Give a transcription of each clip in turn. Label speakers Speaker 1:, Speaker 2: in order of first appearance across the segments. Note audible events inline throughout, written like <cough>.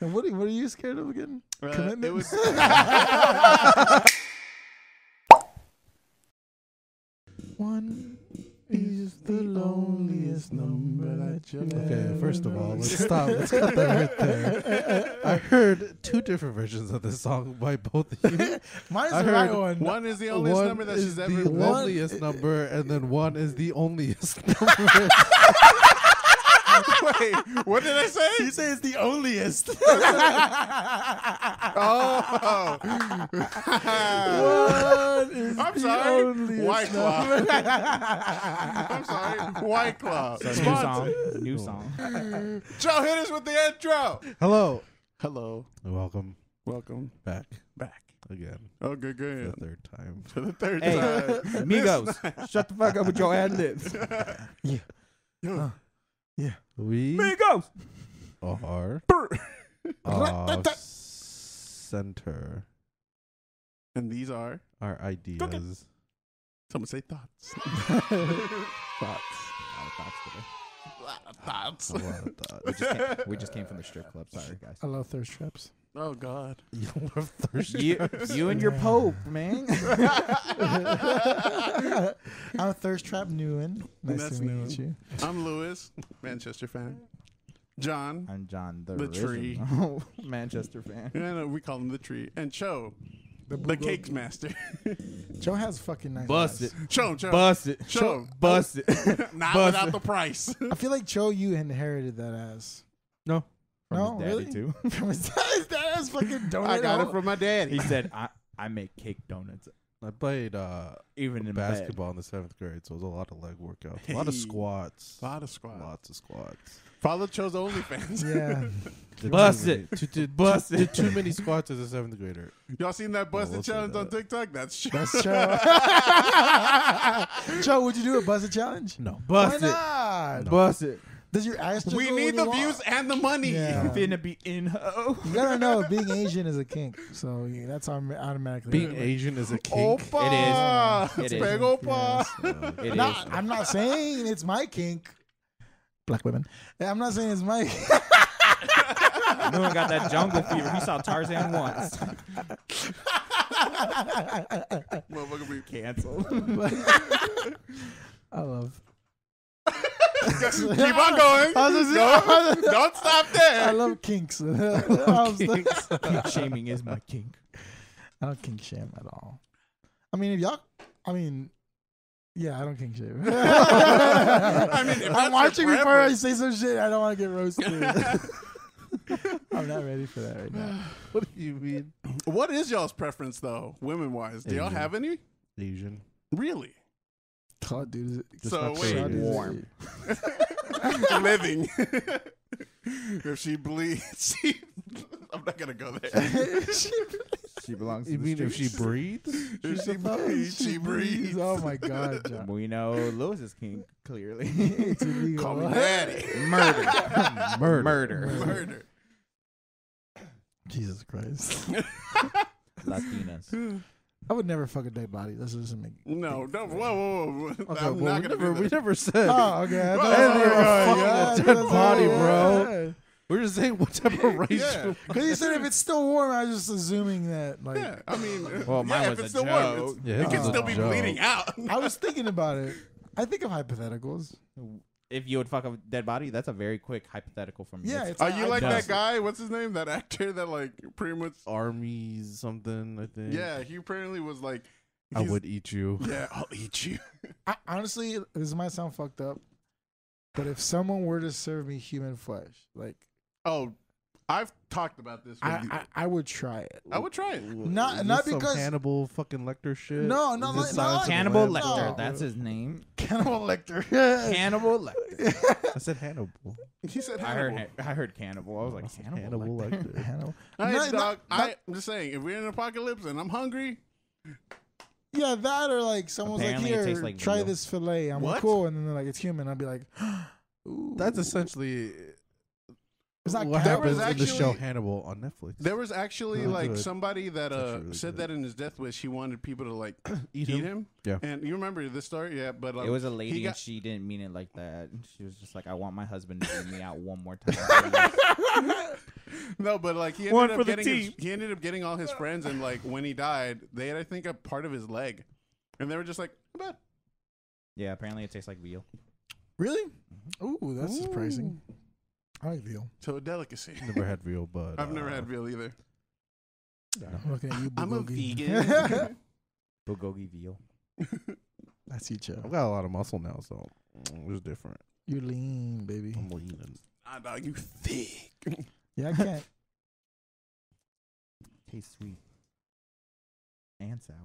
Speaker 1: And what, are- what are you scared of again?
Speaker 2: Uh,
Speaker 1: Commitment?
Speaker 2: It was
Speaker 1: One is the loneliest number that you'll
Speaker 3: Okay, first of all,
Speaker 1: <laughs>
Speaker 3: let's
Speaker 1: ever-
Speaker 3: stop. Let's cut that right there. I heard two different versions of this song by both
Speaker 2: <laughs>
Speaker 3: of you.
Speaker 1: Mine's
Speaker 3: I
Speaker 1: the right
Speaker 3: heard
Speaker 1: one.
Speaker 2: one is the only
Speaker 3: one
Speaker 2: number that
Speaker 3: is
Speaker 2: she's
Speaker 3: the
Speaker 2: ever
Speaker 1: one-
Speaker 2: lived.
Speaker 3: loneliest number, and then one is the onlyest <laughs> number.
Speaker 2: Wait, <laughs> what did I say?
Speaker 1: You say it's the onlyest.
Speaker 2: <laughs> Oh,
Speaker 1: One is
Speaker 2: I'm
Speaker 1: the
Speaker 2: sorry.
Speaker 1: onlyest
Speaker 2: White Claw.
Speaker 1: number.
Speaker 2: I'm sorry. White Claw.
Speaker 4: So new
Speaker 2: Sponsor-
Speaker 4: song. New song.
Speaker 2: Joe, hit us with the intro.
Speaker 3: Hello,
Speaker 2: Hello.
Speaker 3: welcome
Speaker 2: Welcome
Speaker 3: back
Speaker 2: back.
Speaker 3: again
Speaker 2: Oh, good,
Speaker 3: for the
Speaker 2: good.
Speaker 3: third time.
Speaker 2: For the third
Speaker 4: Hey,
Speaker 2: time.
Speaker 4: Uh, Migos. Shut the fuck up with your ad
Speaker 3: We
Speaker 4: libs. Migos.
Speaker 3: are <laughs>
Speaker 1: <laughs>
Speaker 2: Brr.
Speaker 3: off center.
Speaker 2: And these are,
Speaker 3: Our ideas.
Speaker 2: someone say <laughs> thoughts.
Speaker 4: A lot of thoughts today.
Speaker 2: A lot of thoughts.
Speaker 3: A lot of
Speaker 4: We
Speaker 3: thoughts.
Speaker 4: just, came, we just came from the strip club. Sorry, guys.
Speaker 1: I love thirst traps.
Speaker 2: Oh, God.
Speaker 3: <laughs> You love thirsty.
Speaker 4: <laughs> You, you and your Pope, <laughs> man.
Speaker 1: I'm Thirst Trap Newen. Nice
Speaker 2: That's
Speaker 1: to meet
Speaker 2: Newen.
Speaker 1: you.
Speaker 2: I'm Lewis, Manchester fan. John,
Speaker 4: I'm John the,
Speaker 2: The tree.
Speaker 4: original <laughs> Manchester fan.
Speaker 2: and uh, we call him the tree. And Cho,
Speaker 1: The,
Speaker 2: the cakes master. <laughs>
Speaker 1: Joe has fucking nice.
Speaker 4: Bust
Speaker 1: eyes.
Speaker 4: it.
Speaker 2: Cho, Cho.
Speaker 4: Bust it.
Speaker 2: Cho.
Speaker 4: Bust it.
Speaker 2: <laughs> Not
Speaker 4: Bust
Speaker 2: without
Speaker 4: it.
Speaker 2: the
Speaker 1: <laughs>
Speaker 2: price.
Speaker 1: I feel like Joe, you inherited that
Speaker 2: <laughs>
Speaker 1: ass.
Speaker 4: No. From
Speaker 1: No,
Speaker 4: his daddy,
Speaker 1: really?
Speaker 4: too.
Speaker 1: Is that is that ass fucking donut?
Speaker 2: I got it
Speaker 1: out?
Speaker 2: from my daddy.
Speaker 4: <laughs> He said, I, I make cake donuts
Speaker 3: I played uh,
Speaker 4: even in bed."
Speaker 3: basketball in the seventh grade, so it was a lot of leg workouts, a lot of
Speaker 2: Hey.
Speaker 3: squats,
Speaker 2: A lot of squad.
Speaker 3: lots of squats.
Speaker 2: Follow Cho's OnlyFans.
Speaker 1: Yeah.
Speaker 3: Did
Speaker 4: Bust
Speaker 3: too
Speaker 4: it.
Speaker 3: many- too- did-
Speaker 4: Bust
Speaker 3: too-
Speaker 4: it.
Speaker 3: Did too many squats as a seventh grader.
Speaker 2: <laughs> Y'all seen that busted
Speaker 3: we'll see
Speaker 2: challenge
Speaker 3: that.
Speaker 2: on TikTok? That's Cho.
Speaker 1: That's Joe. Joe, would you do a buzzer challenge?
Speaker 3: No.
Speaker 1: Why
Speaker 4: Bust it.
Speaker 1: not?
Speaker 4: Bust it.
Speaker 1: Does your ass just
Speaker 2: we
Speaker 1: go
Speaker 2: need
Speaker 1: when
Speaker 2: the
Speaker 1: you walk?
Speaker 2: views and the money.
Speaker 1: Yeah.
Speaker 4: Finna be in ho.
Speaker 1: You gotta know being Asian is a kink, so yeah, that's autom- automatically.
Speaker 3: Being Asian is a kink.
Speaker 2: Opa.
Speaker 4: It is. It
Speaker 2: It's big
Speaker 4: is.
Speaker 2: Opa.
Speaker 3: Uh,
Speaker 4: It
Speaker 1: Not,
Speaker 4: is.
Speaker 1: I'm not saying it's my kink. Black women. Yeah, I'm not saying it's my. <laughs>
Speaker 4: No one got that jungle fever. He saw Tarzan once. <laughs>
Speaker 2: Motherfucker be
Speaker 4: Cancel.
Speaker 1: I love.
Speaker 2: Keep on going.
Speaker 1: I was just-
Speaker 2: Go. Don't stop there.
Speaker 1: I love kinks. <laughs> I, was like- <laughs>
Speaker 4: Kink shaming is my kink.
Speaker 1: I don't kink shame at all. I mean, if y'all, I mean, yeah, I don't kink shame.
Speaker 2: <laughs> I mean, if that's your
Speaker 1: <laughs> I'm watching before I
Speaker 2: preference.
Speaker 1: say some shit. I don't want to
Speaker 2: <laughs>
Speaker 1: get roasted. <laughs> I'm not ready for that
Speaker 2: <sighs>
Speaker 1: right now.
Speaker 3: what do you mean?
Speaker 2: What is y'all's preference though, women wise? Do y'all
Speaker 3: Asian.
Speaker 2: have any?
Speaker 3: Asian.
Speaker 2: Really?
Speaker 1: Call dude.
Speaker 3: Just
Speaker 2: So,
Speaker 3: not
Speaker 2: wait.
Speaker 3: Korean.
Speaker 1: Dude,
Speaker 4: warm.
Speaker 2: <laughs> Living. <laughs> if she bleeds, she. <laughs> I'm not gonna go there.
Speaker 1: <laughs>
Speaker 4: She belongs
Speaker 3: You mean if she
Speaker 2: <laughs>
Speaker 3: breathes?
Speaker 2: If she bleeds, she breathes.
Speaker 1: Oh
Speaker 2: <laughs>
Speaker 1: my god, John.
Speaker 4: We know Lewis is king, clearly.
Speaker 1: It's illegal.
Speaker 2: Call me daddy.
Speaker 4: <laughs>
Speaker 2: <laughs>
Speaker 4: Murder.
Speaker 3: Murder.
Speaker 2: Murder.
Speaker 1: Jesus Christ.
Speaker 4: Latinas.
Speaker 1: I would never fuck a dead body. This doesn't
Speaker 2: <laughs>
Speaker 1: make.
Speaker 2: No, don't. Whoa, whoa, whoa. whoa.
Speaker 3: Okay,
Speaker 2: I'm
Speaker 3: well,
Speaker 2: not
Speaker 3: we,
Speaker 2: gonna
Speaker 3: never,
Speaker 2: do
Speaker 3: we
Speaker 2: that.
Speaker 3: never said.
Speaker 1: Oh, okay. I
Speaker 2: Bro,
Speaker 1: thought-
Speaker 2: oh my God,
Speaker 1: yeah,
Speaker 3: dead
Speaker 1: that's what I
Speaker 3: body,
Speaker 1: thought.
Speaker 3: bro. We're just saying what type of race.
Speaker 2: <laughs> Yeah.
Speaker 1: Because you said if it's still warm, I was just assuming that. Like,
Speaker 2: Yeah, I mean, uh,
Speaker 4: Well, mine
Speaker 2: yeah,
Speaker 4: was
Speaker 2: if
Speaker 4: a
Speaker 2: it's still warm,
Speaker 4: joke.
Speaker 2: it's-
Speaker 3: Yeah,
Speaker 2: it
Speaker 3: it
Speaker 2: can
Speaker 3: was a
Speaker 2: still be
Speaker 3: joke.
Speaker 2: bleeding out.
Speaker 1: I was thinking about it. I think of hypotheticals.
Speaker 4: If you would fuck a dead body, that's a very quick hypothetical from
Speaker 1: Yeah,
Speaker 4: It's-
Speaker 2: <laughs>
Speaker 1: it's
Speaker 2: Are you like
Speaker 4: does.
Speaker 2: that guy? What's his name? That actor that like pretty much.
Speaker 3: Army something, I think.
Speaker 2: Yeah, he apparently was like.
Speaker 3: I
Speaker 2: he's-
Speaker 3: would eat you.
Speaker 2: Yeah, I'll eat you.
Speaker 1: I, honestly, this might sound fucked up, but if someone were to serve me human flesh, like
Speaker 2: Oh, I've talked about this. With you. I,
Speaker 1: I, I, I would try it.
Speaker 2: would try it.
Speaker 1: Not-
Speaker 3: Is
Speaker 1: not
Speaker 3: this some
Speaker 1: because-
Speaker 3: Hannibal fucking Lecter shit.
Speaker 1: No, not
Speaker 3: Is this Silence
Speaker 1: like- not
Speaker 3: of the
Speaker 4: Cannibal
Speaker 3: Lambs?
Speaker 4: Lecter.
Speaker 1: No.
Speaker 4: That's his name.
Speaker 1: Cannibal Lecter.
Speaker 4: <laughs> Cannibal Lecter.
Speaker 3: I said Hannibal.
Speaker 2: He said
Speaker 4: I heard.
Speaker 2: Hannibal.
Speaker 4: ha- I heard cannibal. I was like cannibal.
Speaker 3: Hannibal <laughs>
Speaker 4: Lecter?
Speaker 3: Lecter.
Speaker 1: Cannibal.
Speaker 2: All right,
Speaker 1: No,
Speaker 2: dog,
Speaker 1: not- not-
Speaker 2: I, am just saying, if we're in an apocalypse and I'm hungry,
Speaker 1: Yeah, that or like someone's
Speaker 4: Apparently it
Speaker 1: like, here,
Speaker 4: tastes like
Speaker 1: try
Speaker 4: veal."
Speaker 1: this fillet. I'm
Speaker 2: What?
Speaker 1: like, cool, and then they're like, it's human. I'd be like, <gasps> ooh.
Speaker 3: That's essentially
Speaker 1: It's not
Speaker 3: what
Speaker 1: There was
Speaker 3: happens in the show
Speaker 2: actually-
Speaker 3: Hannibal on Netflix.
Speaker 2: there was actually
Speaker 3: Oh,
Speaker 2: like
Speaker 3: good.
Speaker 2: somebody that
Speaker 3: That's
Speaker 2: uh,
Speaker 3: really
Speaker 2: said
Speaker 3: good.
Speaker 2: that in his death wish. He wanted people to like
Speaker 3: Eat
Speaker 2: eat
Speaker 3: him?
Speaker 2: him.
Speaker 3: Yeah.
Speaker 2: And you remember this story? Yeah, but um,
Speaker 4: It was a
Speaker 2: he
Speaker 4: lady,
Speaker 2: got-
Speaker 4: and she didn't mean it like that. She was just like, "I want my husband to beat me out one more time."
Speaker 2: <laughs> No, but like he ended
Speaker 5: One
Speaker 2: up
Speaker 5: for the
Speaker 2: getting his,
Speaker 5: team.
Speaker 2: he ended up getting all his friends, and like when he died, they had I think a part of his leg, and they were just like, "Not bad."
Speaker 4: Yeah, apparently it tastes like veal.
Speaker 1: Really? Ooh, that's surprising. I like veal.
Speaker 2: So a delicacy.
Speaker 3: Never had veal, but
Speaker 2: <laughs> I've never
Speaker 3: uh,
Speaker 2: had veal either.
Speaker 1: I'm looking at you,
Speaker 2: I'm a
Speaker 1: Bulgogi.
Speaker 2: vegan. <laughs>
Speaker 4: Bulgogi veal.
Speaker 1: <laughs> That's you, Joe.
Speaker 3: I've got a lot of muscle now, so mm, it's different.
Speaker 1: You lean, baby.
Speaker 2: Oh
Speaker 1: <laughs>
Speaker 3: I'm leaning.
Speaker 2: nah, dog, you thick.
Speaker 4: <laughs>
Speaker 1: Yeah, I can't.
Speaker 4: Tastes sweet. And sour.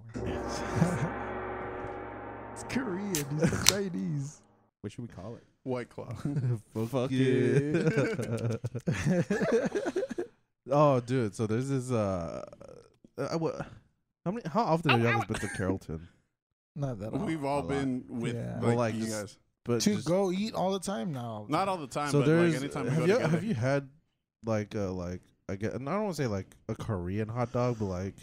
Speaker 1: it's Korean. It's Chinese.
Speaker 4: What should we call it?
Speaker 2: White claw.
Speaker 3: Fuck, <laughs>
Speaker 2: it.
Speaker 3: oh, dude. So there's this. Uh, uh, I wa- how many? How often have you guys been to Carrollton?
Speaker 1: Not that often.
Speaker 2: We've all
Speaker 3: A lot.
Speaker 2: been with
Speaker 1: Yeah.
Speaker 2: like,
Speaker 3: Well, like,
Speaker 2: you
Speaker 3: just-
Speaker 2: guys.
Speaker 3: But
Speaker 1: To
Speaker 3: just-
Speaker 1: go eat all the time now.
Speaker 2: Not all the time,
Speaker 3: so
Speaker 2: but like
Speaker 3: there's.
Speaker 2: anytime we go
Speaker 3: have you
Speaker 2: together.
Speaker 3: have you had like a like I guess and I don't want to say like a Korean hot dog, but like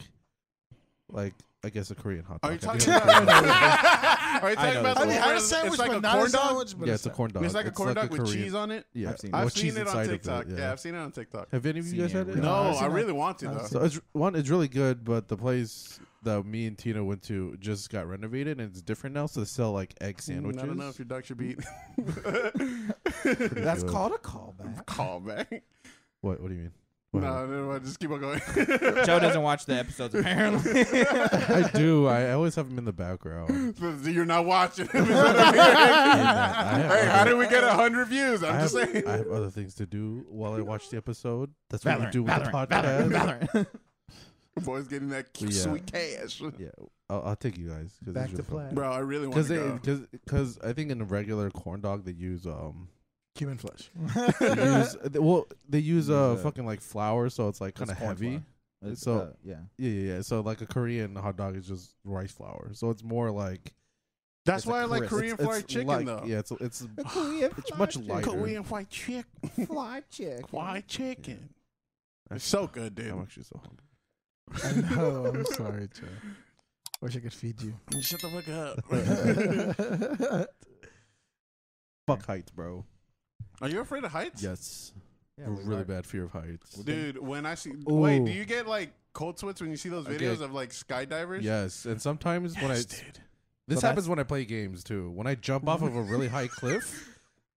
Speaker 3: like I guess a Korean hot dog.
Speaker 2: <laughs> Are you
Speaker 3: Have
Speaker 2: talking
Speaker 3: had a <laughs>
Speaker 2: about?
Speaker 3: Korean hot dog?
Speaker 2: Are you
Speaker 4: I
Speaker 2: talking
Speaker 4: know
Speaker 2: about?
Speaker 4: that.
Speaker 1: I
Speaker 2: the
Speaker 1: mean, I
Speaker 2: one
Speaker 1: had a
Speaker 2: where
Speaker 1: sandwich,
Speaker 2: it's like
Speaker 1: but
Speaker 2: a
Speaker 1: not
Speaker 2: corn
Speaker 1: a
Speaker 2: dog.
Speaker 1: sandwich. But
Speaker 3: Yeah, it's a corn dog.
Speaker 2: It's like a corn dog with
Speaker 3: Korean-
Speaker 2: cheese on it.
Speaker 3: Yeah,
Speaker 4: I've seen it.
Speaker 3: well,
Speaker 2: I've
Speaker 4: With
Speaker 3: cheese
Speaker 2: seen it on
Speaker 3: inside of
Speaker 2: TikTok.
Speaker 3: yeah.
Speaker 2: Yeah, I've seen it on TikTok.
Speaker 3: Have any of
Speaker 4: Seen
Speaker 3: you guys
Speaker 4: it
Speaker 3: had it?
Speaker 4: everywhere.
Speaker 2: No,
Speaker 1: I've seen
Speaker 2: I
Speaker 1: it.
Speaker 2: really want to
Speaker 1: I've
Speaker 2: though.
Speaker 1: seen
Speaker 3: So it's one, it's really good, but the place that me and Tina went to just got renovated and it's different now, so they sell like egg
Speaker 2: <laughs>
Speaker 3: sandwiches.
Speaker 2: Mm, I don't know if your dog should be
Speaker 3: That's good.
Speaker 1: called
Speaker 2: <laughs>
Speaker 1: a callback.
Speaker 2: call back.
Speaker 3: What what do you mean?
Speaker 2: No,
Speaker 3: What happened?
Speaker 2: no, no, just keep on going.
Speaker 4: Joe doesn't watch the episodes <laughs> apparently.
Speaker 3: I do. I always have them in the
Speaker 2: <laughs>
Speaker 3: background.
Speaker 2: <laughs> You're not watching. <laughs> Is that
Speaker 3: I
Speaker 2: a
Speaker 3: have
Speaker 2: mean? hey, how
Speaker 3: other-
Speaker 2: did we get hundred views? I'm
Speaker 3: I have,
Speaker 2: just saying.
Speaker 3: I have other things to do while I watch the episode. That's what
Speaker 4: Valorant,
Speaker 3: you do with
Speaker 4: Valorant,
Speaker 3: the podcast.
Speaker 4: Valorant,
Speaker 2: <laughs>
Speaker 4: Valorant.
Speaker 2: Boys getting that
Speaker 3: Yeah.
Speaker 2: sweet cash,
Speaker 3: Yeah, I'll, I'll take you guys. 'cause
Speaker 1: Back
Speaker 3: it's
Speaker 1: to
Speaker 3: really fun.
Speaker 1: flag.
Speaker 2: bro. I really want
Speaker 3: Cause
Speaker 2: to
Speaker 3: they,
Speaker 2: go.
Speaker 3: cause, cause I think in a regular corn dog they use um
Speaker 2: Cumin
Speaker 1: <laughs>
Speaker 2: flesh. <laughs>
Speaker 3: they use, they- well they use
Speaker 4: Use,
Speaker 3: uh
Speaker 4: uh,
Speaker 3: fucking like flour so it's like kind of
Speaker 4: It's corn
Speaker 3: heavy
Speaker 4: flour. It's,
Speaker 3: So-
Speaker 4: uh, yeah.
Speaker 3: yeah yeah yeah so like a Korean hot dog is just rice flour so it's more like
Speaker 2: That's
Speaker 4: It's a
Speaker 2: why I like
Speaker 4: crisp.
Speaker 2: Korean
Speaker 3: it's
Speaker 2: fried chicken
Speaker 3: like-
Speaker 2: though.
Speaker 3: Yeah, it's it's
Speaker 2: it's
Speaker 3: fried much chicken. lighter.
Speaker 2: Korean fried chick, <laughs>
Speaker 1: <laughs>
Speaker 2: fried chicken, fried chicken. It's so good, dude.
Speaker 3: I'm actually so hungry.
Speaker 1: I know. I'm sorry, Joe. Wish I could feed you.
Speaker 2: <laughs> Shut the fuck up.
Speaker 3: <laughs>
Speaker 1: I
Speaker 3: Fuck heights, bro.
Speaker 2: Are you afraid of heights?
Speaker 3: Yes,
Speaker 4: yeah
Speaker 3: a really bad fear of heights.
Speaker 2: Dude, when I see wait, do
Speaker 3: Ooh.
Speaker 2: you get like cold sweats when you see those
Speaker 3: I
Speaker 2: videos
Speaker 3: get-
Speaker 2: of like skydivers?
Speaker 3: Yes, and sometimes when I
Speaker 2: Yes, dude.
Speaker 3: this
Speaker 4: So
Speaker 3: happens when I play games too. When I jump off of a really
Speaker 2: <laughs>
Speaker 3: high cliff,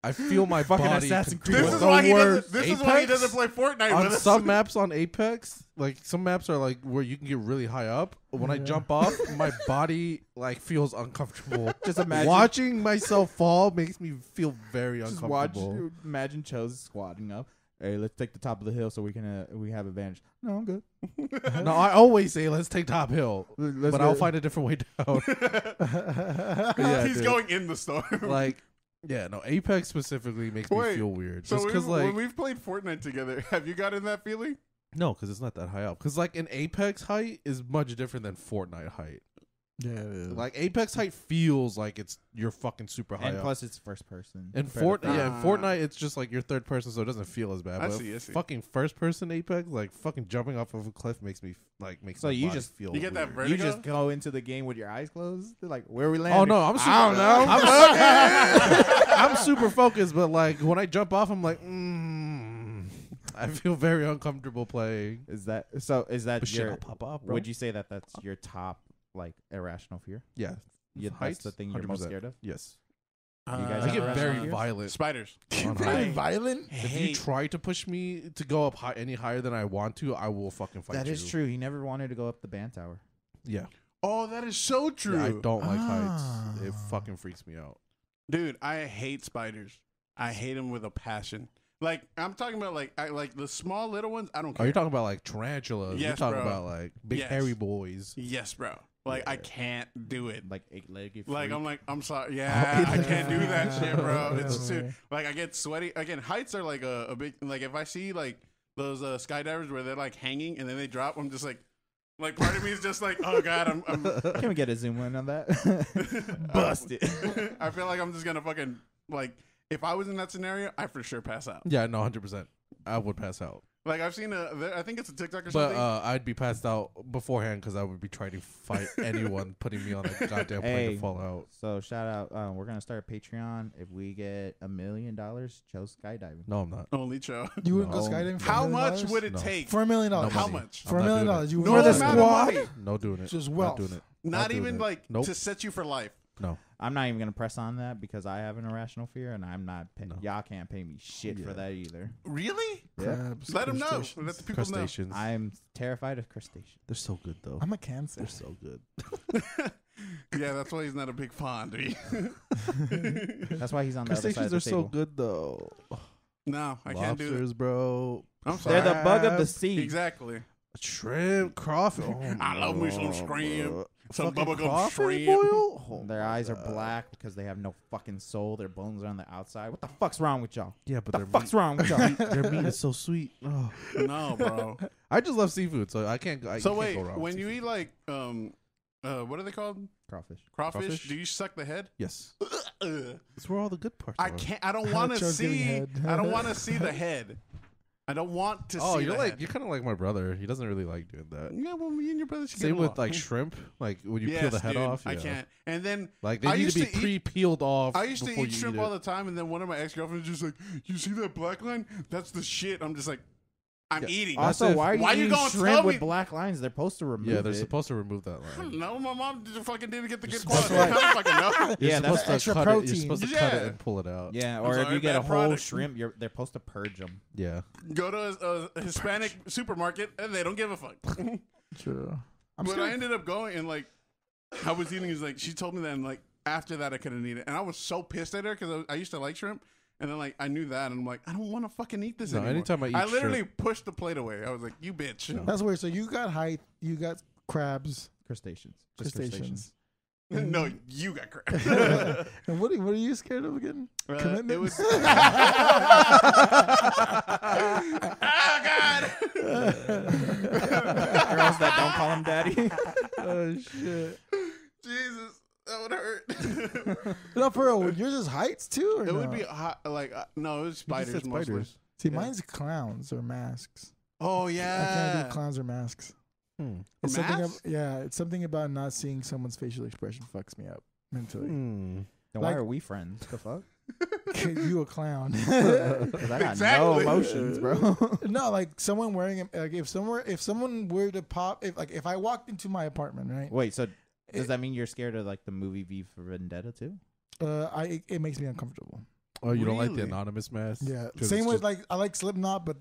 Speaker 3: I feel my body.
Speaker 4: Assassin's
Speaker 3: contort.
Speaker 2: This
Speaker 4: Creed. What
Speaker 2: is
Speaker 3: The
Speaker 2: why he
Speaker 3: worst.
Speaker 2: doesn't. This is why he
Speaker 3: Apex?
Speaker 2: doesn't play Fortnite
Speaker 3: on
Speaker 2: with us. <laughs>
Speaker 3: some maps on Apex, like some maps are like where you can get really high up. When I
Speaker 1: Yeah.
Speaker 3: jump off,
Speaker 4: <laughs>
Speaker 3: my body like feels uncomfortable. <laughs>
Speaker 4: Just imagine-
Speaker 3: watching myself fall makes me feel very
Speaker 4: Just watch.
Speaker 3: uncomfortable.
Speaker 4: Imagine Cho's squatting up. Hey, let's take the top of the hill so we can uh, we have advantage. No, I'm good.
Speaker 3: <laughs> No, I always say let's take top hill,
Speaker 4: Let's
Speaker 3: but
Speaker 4: go-
Speaker 3: I'll find a different way <laughs>
Speaker 2: <laughs>
Speaker 3: down. yeah,
Speaker 2: He's
Speaker 3: dude.
Speaker 2: going in the storm.
Speaker 3: like, yeah, no. Apex specifically makes
Speaker 2: Wait,
Speaker 3: me feel weird.
Speaker 2: so
Speaker 3: Just
Speaker 2: we,
Speaker 3: because,
Speaker 2: when
Speaker 3: like,
Speaker 2: we've played Fortnite together, <laughs> have you gotten that feeling?
Speaker 3: no, because it's not that high up. Because like an Apex height is much different than Fortnite height.
Speaker 1: yeah, it is.
Speaker 3: Like Apex height feels like it's you're fucking super high
Speaker 4: And
Speaker 3: up.
Speaker 4: plus, it's first person.
Speaker 3: and
Speaker 4: Compared
Speaker 3: Fort,
Speaker 4: to-
Speaker 2: Ah.
Speaker 3: yeah, in Fortnite, it's just like you're third person, so it doesn't feel as bad.
Speaker 2: I
Speaker 3: but
Speaker 2: see, I see.
Speaker 3: fucking first person Apex, like fucking jumping off of a cliff, makes me like makes.
Speaker 4: So
Speaker 3: my
Speaker 4: you
Speaker 3: body
Speaker 4: just-
Speaker 3: feel
Speaker 2: You get that
Speaker 3: weird.
Speaker 2: vertigo.
Speaker 4: You just go into the game with your eyes closed. They're like, where are we landing?
Speaker 3: Oh no, I'm super,
Speaker 4: I don't know.
Speaker 3: I'm, <laughs> I'm super focused, but like when I jump off, I'm like, mm, I feel very uncomfortable playing.
Speaker 4: Is that so? Is that
Speaker 3: But shit,
Speaker 4: your?
Speaker 3: I'll pop off, bro.
Speaker 4: Would you say that that's your top like irrational fear?
Speaker 3: Yeah,
Speaker 4: You, that's
Speaker 3: Heights?
Speaker 4: the thing you're most
Speaker 3: 100%.
Speaker 4: scared of.
Speaker 3: Yes,
Speaker 4: You
Speaker 2: Uh,
Speaker 4: guys
Speaker 3: I
Speaker 4: have
Speaker 3: get
Speaker 4: irrational
Speaker 3: very
Speaker 4: fears?
Speaker 3: violent.
Speaker 2: <laughs>
Speaker 4: <laughs>
Speaker 2: spiders.
Speaker 3: on
Speaker 1: Really
Speaker 3: height.
Speaker 1: violent?
Speaker 3: If you try to push me to go up high, any higher than I want to, I will fucking fight
Speaker 4: That
Speaker 3: you.
Speaker 4: is true. He never wanted to go up the band tower.
Speaker 3: Yeah,
Speaker 2: Oh, that is so true.
Speaker 3: Yeah, I don't like
Speaker 1: Ah.
Speaker 3: heights. It fucking freaks me out.
Speaker 2: Dude, I hate spiders. I hate them with a passion. Like I'm talking about, like I like the small little ones. I don't
Speaker 3: Are
Speaker 2: care.
Speaker 3: you talking about like tarantulas? You're
Speaker 2: Yes,
Speaker 3: talking
Speaker 2: bro.
Speaker 3: about like big
Speaker 2: Yes.
Speaker 3: hairy boys.
Speaker 2: yes, bro. Like I can't do it.
Speaker 4: Like eight legged.
Speaker 2: Like I'm like I'm sorry. Yeah, I can't do that shit, bro.
Speaker 1: Yeah,
Speaker 2: It's too
Speaker 1: man.
Speaker 2: like I get sweaty. Again, heights are like a, a big like if I see like those uh, skydivers where they're like hanging and then they drop, I'm just like like part of me is just like oh god, I'm,
Speaker 4: <laughs>
Speaker 2: I'm <laughs>
Speaker 4: Can we get a zoom in on that?
Speaker 3: <laughs>
Speaker 4: <laughs> Busted.
Speaker 2: I feel like I'm just gonna fucking like if I was in that scenario, I for sure pass out.
Speaker 3: Yeah, no, hundred percent. I would pass out.
Speaker 2: Like I've seen a, there- I think it's a TikTok or
Speaker 3: But
Speaker 2: something.
Speaker 3: uh, I'd be passed out beforehand because I would be trying to
Speaker 2: <laughs>
Speaker 3: fight anyone putting me on a goddamn plane
Speaker 4: Hey.
Speaker 3: to fall out.
Speaker 4: So shout out. Um, we're gonna start a Patreon. If we get a million dollars, Joe skydiving.
Speaker 3: No, I'm not.
Speaker 2: Only <laughs> Cho.
Speaker 1: You wouldn't go
Speaker 4: No.
Speaker 1: skydiving for a
Speaker 2: Oh, How
Speaker 1: million
Speaker 2: much
Speaker 1: dollars?
Speaker 2: would it
Speaker 3: No.
Speaker 2: take?
Speaker 1: for a million dollars?
Speaker 2: How
Speaker 3: money.
Speaker 2: much?
Speaker 3: I'm
Speaker 1: For a
Speaker 3: not
Speaker 1: million
Speaker 3: doing it.
Speaker 1: dollars, you
Speaker 2: No
Speaker 1: would
Speaker 2: amount
Speaker 1: go
Speaker 2: of
Speaker 1: skydiving.
Speaker 2: money.
Speaker 3: No doing it.
Speaker 1: Just
Speaker 3: Not
Speaker 1: wealth.
Speaker 3: doing it.
Speaker 2: Not
Speaker 3: doing
Speaker 2: even
Speaker 3: it.
Speaker 2: like
Speaker 3: Nope.
Speaker 2: to set you for life.
Speaker 3: No.
Speaker 4: I'm not even gonna press on that because I have an irrational fear, and I'm not. Pay-
Speaker 3: No.
Speaker 4: Y'all can't pay me shit for
Speaker 3: Yeah.
Speaker 4: that either.
Speaker 2: Really?
Speaker 4: Yeah.
Speaker 1: Crabs,
Speaker 2: Let them know.
Speaker 1: crustaceans.
Speaker 2: Let the people know.
Speaker 3: Crustaceans.
Speaker 4: I'm terrified of crustaceans.
Speaker 3: They're so good though.
Speaker 1: I'm a cancer.
Speaker 3: They're so good.
Speaker 2: Yeah, that's why he's not a big fond. of you.
Speaker 4: That's why he's on the other side of
Speaker 3: Crustaceans
Speaker 4: the
Speaker 3: are so
Speaker 4: table.
Speaker 3: good though.
Speaker 2: no, I can't do that.
Speaker 3: Lobsters, bro.
Speaker 2: I'm
Speaker 4: They're
Speaker 2: sorry.
Speaker 4: the bug of the
Speaker 3: Crabs.
Speaker 4: sea.
Speaker 2: Exactly.
Speaker 3: Shrimp, crawfish.
Speaker 2: I love me some shrimp. Some bubblegum shrimp.
Speaker 4: <laughs> Their eyes are black because they have no fucking soul. Their bones are on the outside. What the fuck's wrong with y'all?
Speaker 3: Yeah, but
Speaker 4: What
Speaker 3: their
Speaker 4: the
Speaker 2: Mm.
Speaker 3: meat-
Speaker 4: fuck's wrong
Speaker 2: <laughs>
Speaker 4: with y'all?
Speaker 3: Their meat is so sweet. Oh.
Speaker 2: No, bro.
Speaker 3: I just love seafood, so I can't. go- I
Speaker 2: so
Speaker 3: can't
Speaker 2: wait,
Speaker 3: go wrong with
Speaker 2: when you
Speaker 3: seafood.
Speaker 2: eat like um, uh, what are they called?
Speaker 4: Crawfish.
Speaker 2: Crawfish?
Speaker 3: Crawfish?
Speaker 2: Do you suck the head? <coughs>
Speaker 3: yes,
Speaker 2: Ugh.
Speaker 3: that's where all the good parts.
Speaker 2: I
Speaker 3: are.
Speaker 2: can't. I
Speaker 3: <laughs>
Speaker 2: don't want to
Speaker 1: Cho's giving
Speaker 2: see.
Speaker 1: head.
Speaker 2: I don't want to see the head. I don't want to.
Speaker 3: Oh,
Speaker 2: see
Speaker 3: you're
Speaker 2: the
Speaker 3: like
Speaker 2: head.
Speaker 3: you're kind of like my brother. He doesn't really like doing that.
Speaker 2: Yeah, well, me and your brother should get
Speaker 3: Same with
Speaker 2: along.
Speaker 3: like shrimp. Like when you peel
Speaker 2: Yes,
Speaker 3: the head
Speaker 2: dude,
Speaker 3: off,
Speaker 2: I
Speaker 3: yeah.
Speaker 2: can't. And then
Speaker 3: Like they
Speaker 2: I
Speaker 3: need
Speaker 2: used
Speaker 3: to be
Speaker 2: to eat-
Speaker 3: pre-peeled off. <laughs>
Speaker 2: I used to
Speaker 3: before
Speaker 2: eat
Speaker 3: you
Speaker 2: shrimp
Speaker 3: eat
Speaker 2: all
Speaker 3: it.
Speaker 2: the time, and then one of my ex girlfriends just like, "You see that black line? That's the shit." I'm just like, "I'm
Speaker 3: Yeah.
Speaker 2: eating."
Speaker 3: That's
Speaker 4: Also,
Speaker 3: if-
Speaker 4: why are you,
Speaker 2: Why you
Speaker 4: eating
Speaker 2: gonna
Speaker 4: shrimp
Speaker 2: tell
Speaker 4: with
Speaker 2: me-
Speaker 4: black lines? They're supposed to remove
Speaker 3: Yeah, they're
Speaker 4: it.
Speaker 3: supposed to remove that
Speaker 2: I don't
Speaker 3: line.
Speaker 2: know. My mom just fucking didn't get the good
Speaker 3: supposed
Speaker 2: quality.
Speaker 3: to-
Speaker 2: I don't fucking know.
Speaker 3: You're
Speaker 4: Yeah, that's
Speaker 3: supposed to
Speaker 1: extra
Speaker 3: cut It,
Speaker 1: protein.
Speaker 3: you're supposed to cut it
Speaker 2: Yeah.
Speaker 3: and pull it out.
Speaker 4: yeah,
Speaker 2: I'm
Speaker 4: or if
Speaker 2: sorry,
Speaker 4: you get a
Speaker 2: bad
Speaker 4: whole
Speaker 2: product.
Speaker 4: shrimp, you're, they're supposed to purge them.
Speaker 3: yeah.
Speaker 2: Go to a, a Hispanic supermarket, and they don't give a fuck.
Speaker 3: <laughs>
Speaker 1: True. I'm
Speaker 2: but I
Speaker 1: scared.
Speaker 2: ended up going, and like, I was eating. Is like, she told me that, and like, after that, I couldn't eat it, and I was so pissed at her because I, I used to like shrimp. And then, like, I knew that, and I'm like, I don't want to fucking eat this
Speaker 3: No,
Speaker 2: anymore.
Speaker 3: anytime I eat
Speaker 2: I literally pushed the plate away. I was like, "You bitch!"
Speaker 1: That's weird. So you got height. You got crabs,
Speaker 4: Crustaceans. Just
Speaker 1: crustaceans.
Speaker 2: <laughs> no, you
Speaker 3: <laughs>
Speaker 2: got cracked.
Speaker 1: And what are, what are you scared of again?
Speaker 2: Uh, It
Speaker 3: <laughs>
Speaker 1: Commitment?
Speaker 2: was. <laughs> oh God! <laughs>
Speaker 4: Girls that don't call him daddy.
Speaker 1: oh shit!
Speaker 2: Jesus, that would hurt. <laughs>
Speaker 1: <laughs> No, for real. Yours is heights too, or
Speaker 2: it would
Speaker 1: no?
Speaker 2: be hot, like uh, no, it was
Speaker 3: You just
Speaker 2: spiders,
Speaker 3: said
Speaker 2: mostly.
Speaker 3: spiders.
Speaker 1: See, mine's clowns or masks.
Speaker 2: Oh
Speaker 1: I can't
Speaker 2: yeah.
Speaker 1: do clowns or masks.
Speaker 3: Hmm.
Speaker 1: It's something. ab-
Speaker 2: Masks?
Speaker 1: yeah, it's something about not seeing someone's facial expression fucks me up
Speaker 3: <laughs>
Speaker 1: mentally. <laughs>
Speaker 3: Hmm.
Speaker 4: Then why
Speaker 1: Like-
Speaker 4: are we friends? The fuck?
Speaker 1: 'Cause you a clown?
Speaker 4: <laughs>
Speaker 1: <laughs>
Speaker 4: 'Cause I got no
Speaker 2: Exactly.
Speaker 4: emotions, bro.
Speaker 1: no, like someone wearing a- like if someone if someone were to pop if like if I walked into my apartment right,
Speaker 4: Wait, so does
Speaker 1: It-
Speaker 4: that mean you're scared of like the movie V for Vendetta too?
Speaker 1: uh, I it, it makes me uncomfortable.
Speaker 3: Oh, you don't like the
Speaker 2: Really?
Speaker 3: anonymous mask?
Speaker 1: Yeah,
Speaker 3: 'Cause
Speaker 1: same
Speaker 3: it's
Speaker 1: with
Speaker 3: just-
Speaker 1: like I like Slipknot, but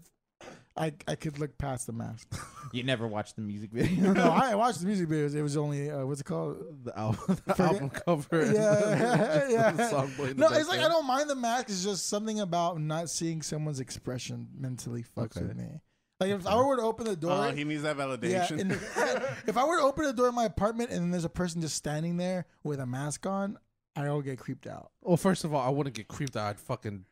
Speaker 1: I I could look past the mask.
Speaker 4: You never watched the music video.
Speaker 1: no, I watched the music videos. It was only uh, what's it called?
Speaker 3: <laughs> the album, the
Speaker 1: Forget-
Speaker 3: album cover. and <laughs>
Speaker 1: Yeah,
Speaker 3: just
Speaker 1: <laughs> yeah.
Speaker 3: The song playing in
Speaker 1: No,
Speaker 3: the
Speaker 1: it's like I
Speaker 3: background.
Speaker 1: don't mind the mask. It's just something about not seeing someone's expression mentally fucks
Speaker 3: Okay.
Speaker 1: with me. Like if I were to open the door,
Speaker 2: Oh, he needs that
Speaker 1: yeah,
Speaker 2: validation. <laughs>
Speaker 1: and- <laughs> if I were to open the door in my apartment and there's a person just standing there with a mask on, I'll get creeped out.
Speaker 3: Well, first of all, I wouldn't get creeped out. I'd fucking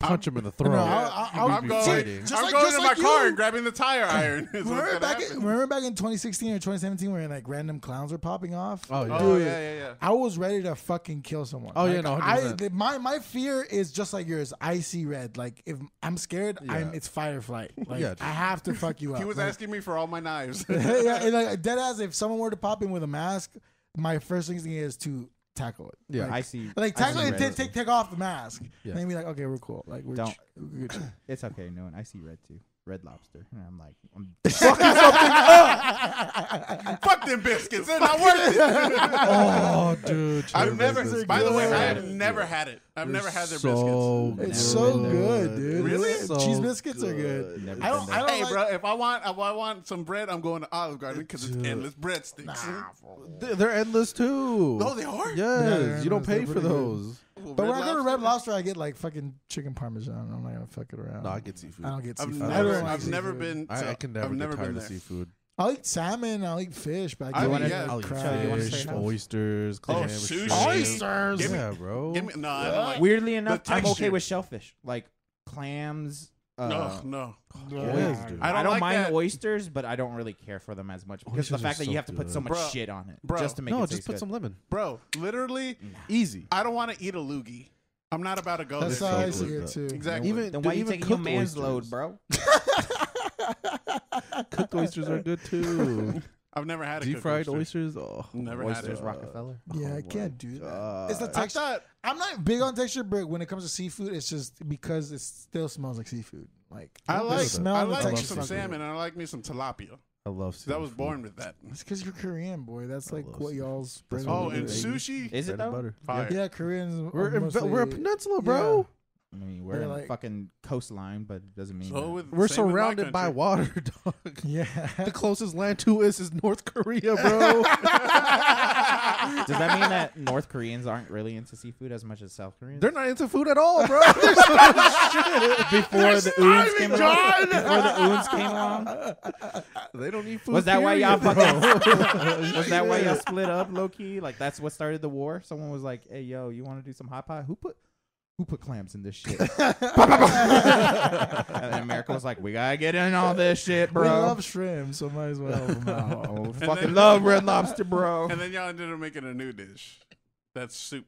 Speaker 3: punch him in the throat.
Speaker 1: No, I- I-
Speaker 3: We'd
Speaker 1: I'm
Speaker 3: be
Speaker 1: going-
Speaker 3: fighting.
Speaker 1: Just
Speaker 2: I'm
Speaker 1: like-
Speaker 2: going
Speaker 1: just
Speaker 2: to
Speaker 1: like
Speaker 2: my car
Speaker 1: you.
Speaker 2: and grabbing
Speaker 3: <laughs>
Speaker 2: the tire iron. is what's
Speaker 1: Remember
Speaker 2: gonna
Speaker 1: back, in,
Speaker 2: happen.
Speaker 1: remember back in 2016 or 2017 when like random clowns were popping off.
Speaker 3: Oh, yeah.
Speaker 2: oh
Speaker 1: Dude,
Speaker 2: yeah, yeah, yeah.
Speaker 1: I was ready to fucking kill someone.
Speaker 3: Oh,
Speaker 1: Like,
Speaker 3: yeah, no,
Speaker 1: I
Speaker 3: 100%.
Speaker 1: the, my my fear is just like yours. I see red. Like if I'm scared, I'm
Speaker 3: Yeah.
Speaker 1: it's fight or
Speaker 3: <laughs>
Speaker 1: flight. Like
Speaker 3: Yeah.
Speaker 1: I have to fuck you up.
Speaker 2: <laughs> He was
Speaker 1: Like,
Speaker 2: asking me for all
Speaker 3: <laughs>
Speaker 2: my knives. <laughs>
Speaker 1: <laughs> yeah, and like dead ass. If someone were to pop in with a mask, my first thing is to tackle it.
Speaker 3: Yeah.
Speaker 4: I see. I
Speaker 1: Like
Speaker 4: see
Speaker 1: tackle it,
Speaker 4: red,
Speaker 1: take, take take off the mask,
Speaker 3: Yeah.
Speaker 1: and then be like, okay, we're cool. Like we're
Speaker 4: Don't.
Speaker 1: ch- we're good.
Speaker 3: <laughs>
Speaker 4: It's okay, no one. I see red too. Red lobster. And I'm like, I'm
Speaker 2: Fuck them biscuits. They're not worth it.
Speaker 1: <laughs>
Speaker 2: <laughs>
Speaker 3: oh, dude.
Speaker 2: I've never.
Speaker 1: biscuits
Speaker 2: By the way, I have
Speaker 1: good.
Speaker 2: never had it. I've never had their biscuits.
Speaker 3: so
Speaker 1: It's
Speaker 4: Never
Speaker 1: so
Speaker 4: been there.
Speaker 1: good, dude.
Speaker 2: Really?
Speaker 1: It's- Cheese biscuits are good.
Speaker 4: Never
Speaker 1: I
Speaker 4: been
Speaker 1: don't.
Speaker 4: there.
Speaker 1: I don't
Speaker 2: Hey,
Speaker 1: like-
Speaker 2: bro, if I want, if I want some bread, I'm going to Olive Garden because it's endless breadsticks.
Speaker 3: They- They're endless too.
Speaker 2: <laughs> No, they are.
Speaker 1: they're
Speaker 3: Yes, you don't
Speaker 1: endless. They're
Speaker 3: pay for
Speaker 1: pretty good.
Speaker 3: those.
Speaker 2: Well,
Speaker 1: But
Speaker 2: Red
Speaker 1: when I go to
Speaker 2: Lobster-
Speaker 1: Red Lobster, I get like fucking chicken parmesan. I'm not gonna fuck it around.
Speaker 3: No, I get seafood.
Speaker 1: I don't get
Speaker 2: I've
Speaker 1: seafood. I
Speaker 2: never,
Speaker 1: don't like
Speaker 2: I've never
Speaker 1: seafood.
Speaker 2: been.
Speaker 3: I, I can never
Speaker 2: I've
Speaker 3: get
Speaker 2: never
Speaker 3: tired
Speaker 2: been
Speaker 3: of
Speaker 2: there.
Speaker 3: seafood.
Speaker 1: I'll eat salmon. I'll eat fish, but I
Speaker 2: I
Speaker 1: can't
Speaker 2: mean,
Speaker 1: eat
Speaker 2: yeah. Oh,
Speaker 3: I'll eat
Speaker 1: crab.
Speaker 4: you wanna
Speaker 3: fish,
Speaker 4: say-
Speaker 3: oysters, clams,
Speaker 2: sushi.
Speaker 3: shrimp.
Speaker 1: oysters.
Speaker 2: Give me-
Speaker 3: Yeah, bro.
Speaker 2: Give me, no, I don't like.
Speaker 4: Weirdly enough, I'm okay
Speaker 2: texture.
Speaker 4: with shellfish, like clams. Uh,
Speaker 2: No, no.
Speaker 3: Yes, dude.
Speaker 2: I
Speaker 4: I
Speaker 2: don't
Speaker 4: don't,
Speaker 2: like
Speaker 4: mind
Speaker 2: that.
Speaker 4: oysters, but I don't really care for them as much because
Speaker 3: Oysters
Speaker 4: the
Speaker 3: are
Speaker 4: fact that
Speaker 3: so
Speaker 4: you have to put so
Speaker 3: good.
Speaker 4: much
Speaker 2: Bro,
Speaker 4: shit on it
Speaker 2: bro.
Speaker 4: just to make
Speaker 3: no,
Speaker 4: it
Speaker 3: just
Speaker 4: taste
Speaker 3: put
Speaker 4: good.
Speaker 3: some lemon.
Speaker 2: bro. Literally,
Speaker 3: Easy.
Speaker 2: I don't want to eat a loogie. I'm not about to go.
Speaker 1: That's
Speaker 2: there.
Speaker 1: how I
Speaker 3: so
Speaker 1: see
Speaker 3: good,
Speaker 1: it too.
Speaker 2: Exactly.
Speaker 3: Even-
Speaker 4: Then why
Speaker 3: dude, even
Speaker 4: you taking your
Speaker 3: cooked
Speaker 4: man's
Speaker 3: oysters.
Speaker 4: load, bro?
Speaker 3: Cooked oysters are good
Speaker 4: <laughs>
Speaker 3: too.
Speaker 2: I've never had a
Speaker 3: Deep
Speaker 2: cooked
Speaker 3: fried
Speaker 2: oyster.
Speaker 3: oysters. Oh,
Speaker 2: Never had
Speaker 3: oysters
Speaker 2: it.
Speaker 3: Rockefeller.
Speaker 1: Yeah, I
Speaker 3: Oh, my
Speaker 1: can't do that. It's the
Speaker 3: God.
Speaker 2: I
Speaker 1: texture.
Speaker 2: thought
Speaker 1: I'm not big on texture, but when it comes to seafood, it's just because it still smells like seafood. Like
Speaker 2: I
Speaker 1: the
Speaker 2: like
Speaker 1: smell
Speaker 2: I
Speaker 1: and the
Speaker 2: like me
Speaker 1: texture
Speaker 2: some
Speaker 1: smells good.
Speaker 2: salmon and I like me some tilapia.
Speaker 3: I love.
Speaker 2: That was
Speaker 3: seafood.
Speaker 2: born with that.
Speaker 1: It's because you're Korean, boy. That's
Speaker 3: I
Speaker 1: like
Speaker 3: love
Speaker 1: what
Speaker 3: seafood.
Speaker 1: y'all's
Speaker 3: That's
Speaker 1: bread
Speaker 3: what
Speaker 2: Oh,
Speaker 1: and
Speaker 3: we
Speaker 2: and
Speaker 1: butter is.
Speaker 2: sushi.
Speaker 4: Is
Speaker 3: Bread
Speaker 4: it
Speaker 3: and
Speaker 4: though?
Speaker 3: butter.
Speaker 2: Fire.
Speaker 1: Yeah, Koreans.
Speaker 3: We're
Speaker 1: are
Speaker 3: in,
Speaker 1: mostly-
Speaker 3: we're a peninsula, bro.
Speaker 4: I mean, we're
Speaker 1: They're
Speaker 4: in
Speaker 1: like-
Speaker 4: the fucking coastline, but it doesn't mean
Speaker 2: So
Speaker 4: that.
Speaker 2: with,
Speaker 3: We're
Speaker 2: same with my
Speaker 3: surrounded by
Speaker 2: country.
Speaker 3: water, <laughs> dog. <laughs>
Speaker 1: Yeah.
Speaker 3: The closest land to us is North Korea,
Speaker 2: <laughs>
Speaker 3: bro.
Speaker 4: Does that mean that North Koreans aren't really into seafood as much as South Koreans?
Speaker 3: They're not into food at all,
Speaker 2: <laughs>
Speaker 3: bro.
Speaker 4: before the oons came along. Before the oons came along,
Speaker 3: they don't eat food.
Speaker 4: was that why
Speaker 3: period,
Speaker 4: y'all
Speaker 3: bro.
Speaker 4: fucking? <laughs> was that why y'all split up, low key? Like that's what started the war. Someone was like, "Hey, yo, you want to do some hot pot? Who put?" Who put clams in this <laughs> shit? and then America was like, "We gotta get in all this shit,
Speaker 1: We
Speaker 4: bro.
Speaker 1: love shrimp, so might as well
Speaker 3: <laughs>
Speaker 1: help 'em out.
Speaker 4: oh, fucking
Speaker 2: then-
Speaker 4: love <laughs> Red Lobster, bro."
Speaker 2: And then y'all ended up making a new dish. That's soup.